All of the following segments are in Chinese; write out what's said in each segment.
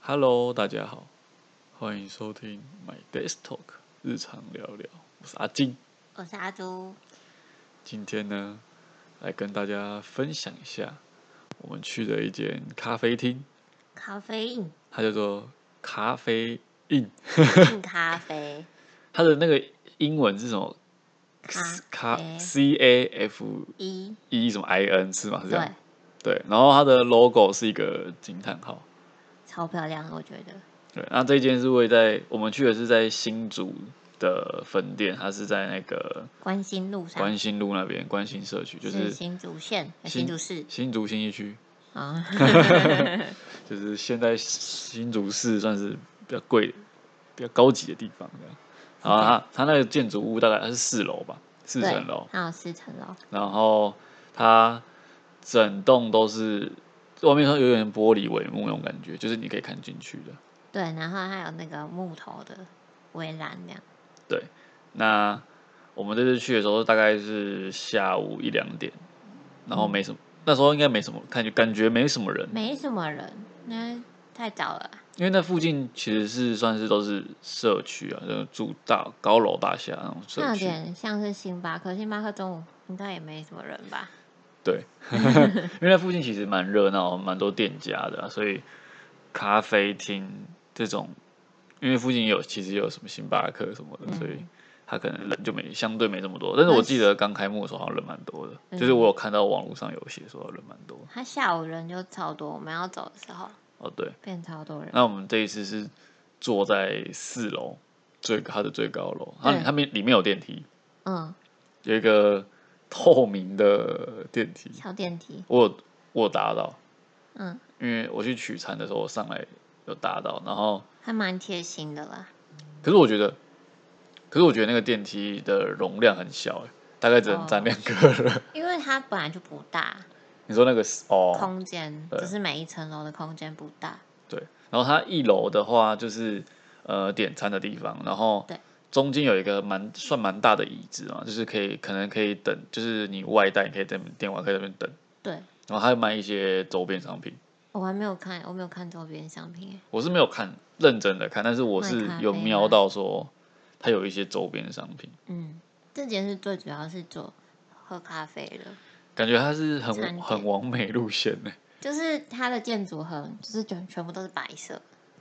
Hello，大家好，欢迎收听 My Desk Talk 日常聊聊，我是阿金。我是阿朱，今天呢，来跟大家分享一下我们去的一间咖啡厅，咖啡 因它叫做咖啡 in，硬咖啡，它的那个英文是什么？咖咖啡 C A F 一 E 什么 I N 是吗？是这对样，对。然后它的 logo 是一个惊叹号。超漂亮的，我觉得对，那这间是位在我们去的是在新竹的分店，它是在那个关心路上关心路那边，关心社区就是是新竹县、呃新竹市新竹新一区，啊，就是现在新竹市算是比较贵、比较高级的地方这样。然后它它那个建筑物大概它是四楼吧， 四对层楼，还有四层楼，然后它整栋都是外面它有点玻璃帷幕那种感觉，就是你可以看进去的。对，然后还有那个木头的围栏这样，对，那我们这次去的时候大概是下午一两点，然后没什么，那时候应该没什么，感觉感觉没什么人，没什么人，那太早了啊，因为那附近其实是算是都是社区啊，就是住大高楼大厦那种那社有区。点像是星巴克，星巴克中午应该也没什么人吧？对，因为那附近其实蛮热闹，蛮多店家的啊、所以咖啡厅这种，因为附近也有其实也有什么星巴克什么的，所以嗯它可能人就没相对没这么多。但是我记得刚开幕的时候好像人蛮多的，嗯就是我有看到网络上有写说人蛮多的。他下午人就超多，我们要走的时候哦，对，变超多人，那我们这一次是坐在四楼最它的最高楼，它对它面里面有电梯，嗯，有一个透明的电梯，小电梯，我有我有搭到。嗯，因为我去取餐的时候，我上来有搭到，然后还蛮贴心的啦，可是我觉得，可是我觉得那个电梯的容量很小、欸，大概只能站哦两个人。因为它本来就不大，你说那个是哦，空间，对只是每一层楼的空间不大。对，然后它一楼的话就是呃点餐的地方，然后对中间有一个蛮算蛮大的椅子嘛，就是可以可能可以等，就是你外带你可以在那边点完可以在那边等，对，然后还有卖一些周边商品。我还没有看，我没有看周边商品耶。我是没有看认真的看，但是我卖是咖有啡瞄吗到说它有一些周边商品。嗯，这件事最主要是做喝咖啡的，感觉它是很餐点很完美路线呢，就是它的建筑很，就是全全部都是白色，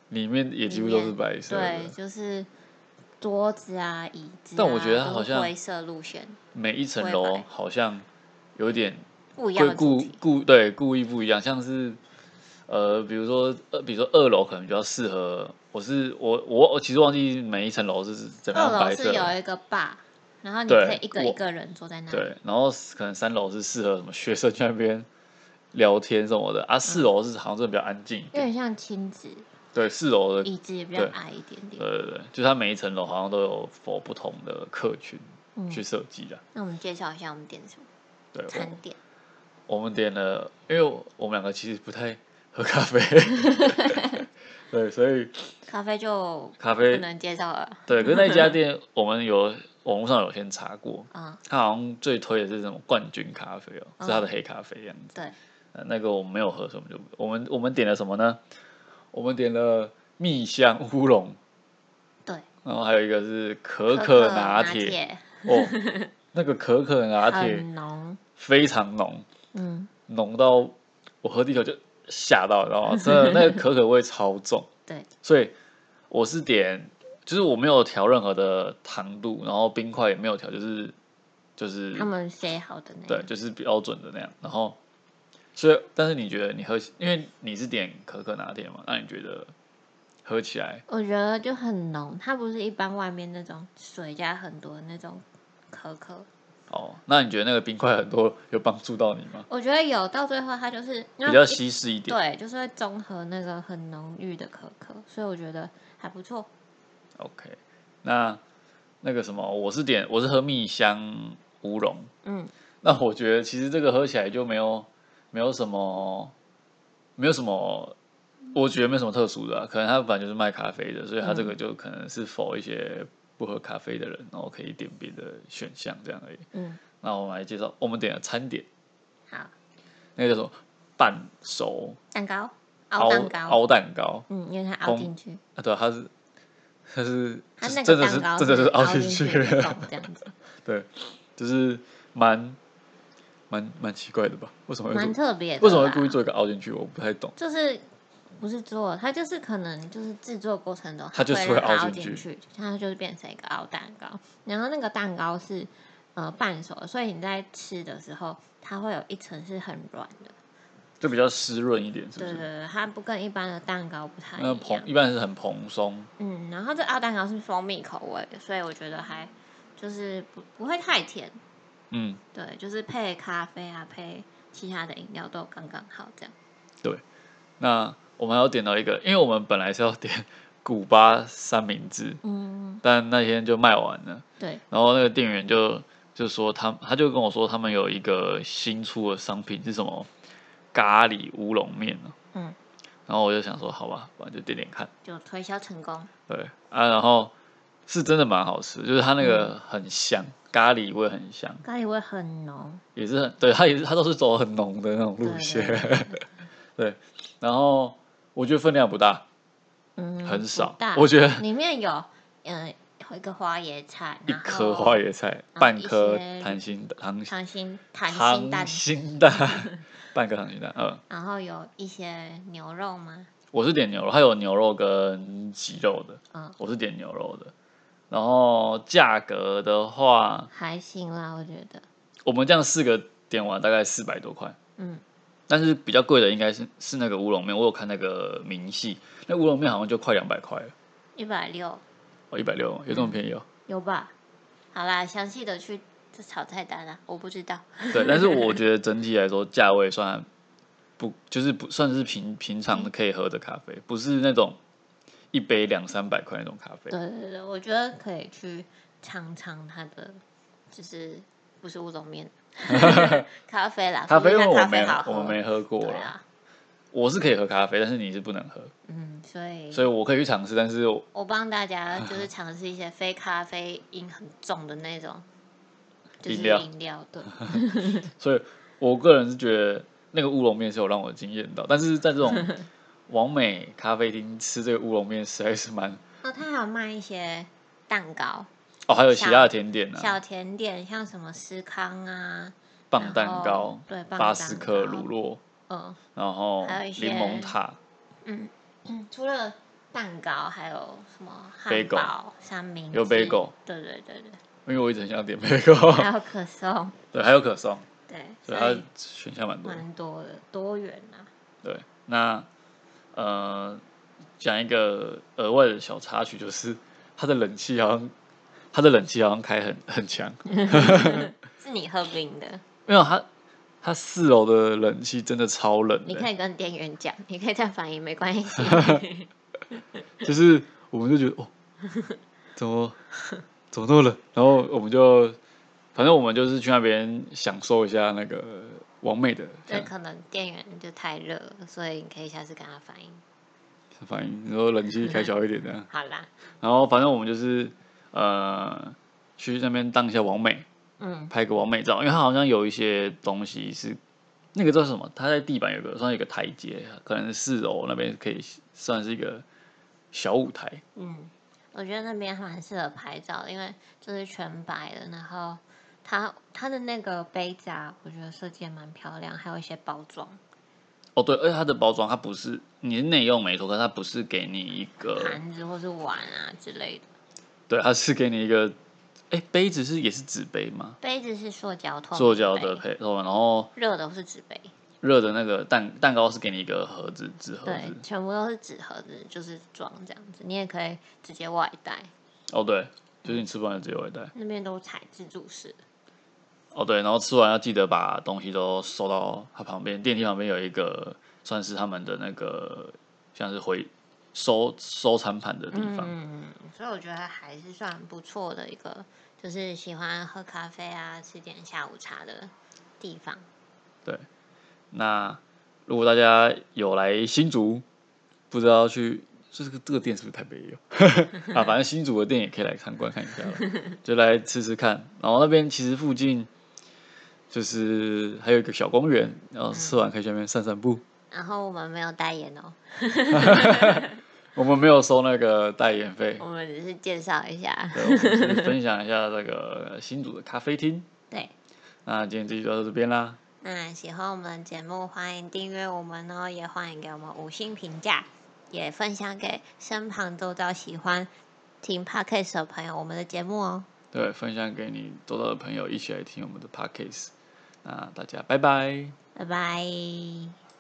里面也几乎里都面是白色对，的，就是桌子啊、椅子啊、但我觉得它都好是像灰色路线，每一层灰楼白好像有点不一样故故的主题。故对故意不一样，像是呃，比如说呃，比如说二楼可能比较适合，我是我我我其实忘记每一层楼是怎么二样楼白色是有的，一个坝，然后你对可以一个我一个人坐在那里。对，然后可能三楼是适合什么学生去那边聊天什么的啊，嗯四楼是好像真的比较安静一有点，点像亲子，对，四楼的椅子也比较对矮一点对点。对对，就是它每一层楼好像都有 for 不同的客群嗯，去设计的，那我们介绍一下我们点什么对，我餐点。我们点了，因为我们两个其实不太喝咖 啡，对，所以咖啡就咖不啡能介绍了对，可是那家店我们有网络上有先查过，啊、它好像最推的是什么冠军咖啡哦，嗯是它的黑咖啡样子。对，呃那个我们没有喝，所以我们就我们我们点了什么呢？我们点了蜜香乌龙，对，然后还有一个是可可可拿拿铁，哦，那个可可拿铁很浓，非常浓，嗯，浓到我喝第一口就吓到，你知 道吗？真的那个可可味超重，对，所以我是点，就是我没有调任何的糖度，然后冰块也没有调，就是就是他们写好的嗯那对，个，就是标准的那样。然后，所以但是你觉得你喝，因为你是点可可拿铁嘛，那你觉得喝起来我觉得就很浓，它不是一般外面那种水加很多的那种可可，哦，那你觉得那个冰块很多有帮助到你吗？我觉得有到最后它就是比较，因为稀释一一点。对，就是会综合那个很浓郁的可可，所以我觉得还不错。 OK，那那个什么，我是点我是喝蜜香乌龙。嗯，那我觉得其实这个喝起来就没有没有什么没有什么，我觉得没有什么特殊的啊、可能他本来就是卖咖啡的，所以他这个嗯就可能是否一些不喝咖啡的人，然后可以点别的选项这样而已。嗯，那我们来介绍，我们点了餐点，好，那个叫什么半熟蛋糕，熬凹蛋糕凹蛋糕，嗯，因为它凹通进去，啊，对啊，它是它是它就是那真个的是蛋糕真的是凹凹进进去一个的，洞这样 子，对，就是蛮蛮蛮奇怪的吧？为什么会蛮做？特别的。为什么会故意？做一个凹进去？我不太懂。就是不是做，它就是可能就是制作过程中，它就是会会让它凹凹进进去，它就是变成一个凹蛋糕。然后那个蛋糕是呃半熟的，所以你在吃的时候，它会有一层是很软的。就比较湿润一点，是不对对是？对，它不跟一般的蛋糕不太那一样蓬。一般是很蓬松，嗯，然后这奥蛋糕是蜂蜜口味的，所以我觉得还就是不不会太甜，嗯，对，就是配咖啡啊，配其他的饮料都刚刚好这样。那我们还要点到一个，因为我们本来是要点 古巴三明治，嗯，但那天就卖完了。对，然后那个店员就就说他他就跟我说他们有一个新出的商品是什么咖喱乌龙面啊嗯，然后我就想说好吧，反正就点点看。就推销成功。对啊，然后是真的蛮好吃，就是它那嗯个很香，咖喱味很香，咖喱味很浓，也是很对，它也是它都是走很浓的那种路对线。对 对，然后我觉得分量不大，嗯，很不少大，我觉得里面有嗯、呃、一个花椰菜， 一然颗后啊花椰菜，半一颗些溏心溏溏心溏心蛋溏，心蛋， 半颗溏心蛋，嗯。然后有一些牛肉吗？我是点牛肉，它有牛肉跟鸡肉的，嗯，我是点牛肉的。然后价格的话，还行啦，我觉得，我们这样四个点完大概四百多块，嗯，但是比较贵的应该是是那个乌龙面，我有看那个明细，那乌龙面好像就快两百块了，一百六哦，一百六，有这么便宜哦？有吧？好啦，详细的去炒菜单啦，我不知道。对，但 是我觉得整体来说价位算不，就是不算是平平常可以喝的咖啡，不是那种一杯两三百块那种咖啡。对对对，我觉得可以去尝尝它的，就是不是乌龙 面，咖啡啦，咖啡因说为不定它我没咖啡好喝，我们没喝过对啦，啊，我是可以喝咖啡，但是你是不能喝。嗯，所以所以我可以去尝试，但是我我帮大 家就是尝试一些非咖啡因很重的那 种，就是饮料饮料，对，所以我个人是觉得那个乌龙面是有让我惊艳到，但是在这 种完美咖啡厅吃这个乌龙面实在是蛮哦，它还有卖一些蛋糕、哦，还有其他的甜点啊呢、小甜点，像什么司康啊，棒蛋然糕后、对，棒巴蛋斯糕克乳酪，嗯然后还有一些柠檬塔，嗯嗯，除了蛋糕，还有什么汉 Bagel 堡、三明治，有 Bagel 对对对对， 因为我一直很想点贝还果，有可颂， 对，还有可颂，对，所以所它以选项蛮多的。蛮多的，多元 啊， 对，那呃，讲一个额外的小插曲，就是它的冷气好像，它的冷气好像开很很强，是你喝冰的，没有它，它四楼的冷气真的超冷你的、可以跟店员讲，你可以再反映，没关 系。就是我们就觉得哦，怎么怎么那么冷？然后我们就，反正我们就是去那边享受一下那个完美的这这样可能店员就太热了，所以你可以下次跟他反映。反应，然后冷气开小一点这样。好啦，然后反正我们就是呃去那边当一下完美，嗯拍个完美照，因为它好像有一些东西是那个叫什么？它在地板有个算有一个台阶，可能是四楼那边可以算是一个小舞台。嗯，我觉得那边还蛮适合拍照的，因为就是全白的，然后它它的那个杯子啊，我觉得设计也蛮漂亮，还有一些包装哦，对，而且它的包装它不是你是内用没错，可是它不是给你一个，盘子或是碗啊之类的。对，它是给你一个，哎，杯子是也是纸杯吗？杯子是塑胶透明塑胶的杯，配，然后热的是纸杯，热的那个蛋蛋糕是给你一个盒子，纸盒对子，。全部都是纸盒子，就是装这样子。你也可以直接外带，哦，对，就是你吃完了直接外带。那边都采自助式的。哦，对，然后吃完要记得把东西都收到它旁边电梯旁边有一个算是他们的那个像是回收收餐盘的地方。嗯，所以我觉得还是算不错的一个，就是喜欢喝咖啡啊，吃点下午茶的地方。那如果大家有来新竹，不知道去这个这个店是不是台北也有 啊？反正新竹的店也可以来参观看一下啦就来吃吃看。然后那边其实附近就是还有一个小公园，然后吃完可以去那边散散步。然后我们没有代言哦，我们没有收那个代言费 我，们只是介绍一下。 对，我们只是分享一下这个新竹的咖啡厅。对，那今天这集就到这边啦，那喜欢我们的节目，欢迎订阅我们哦，也欢迎给我们五星评价，也分享给身旁周遭喜欢听 podcast 的朋友我们的节目哦。对，分享给你周到的朋友一起来听我们的 podcast。那大家拜拜。拜拜。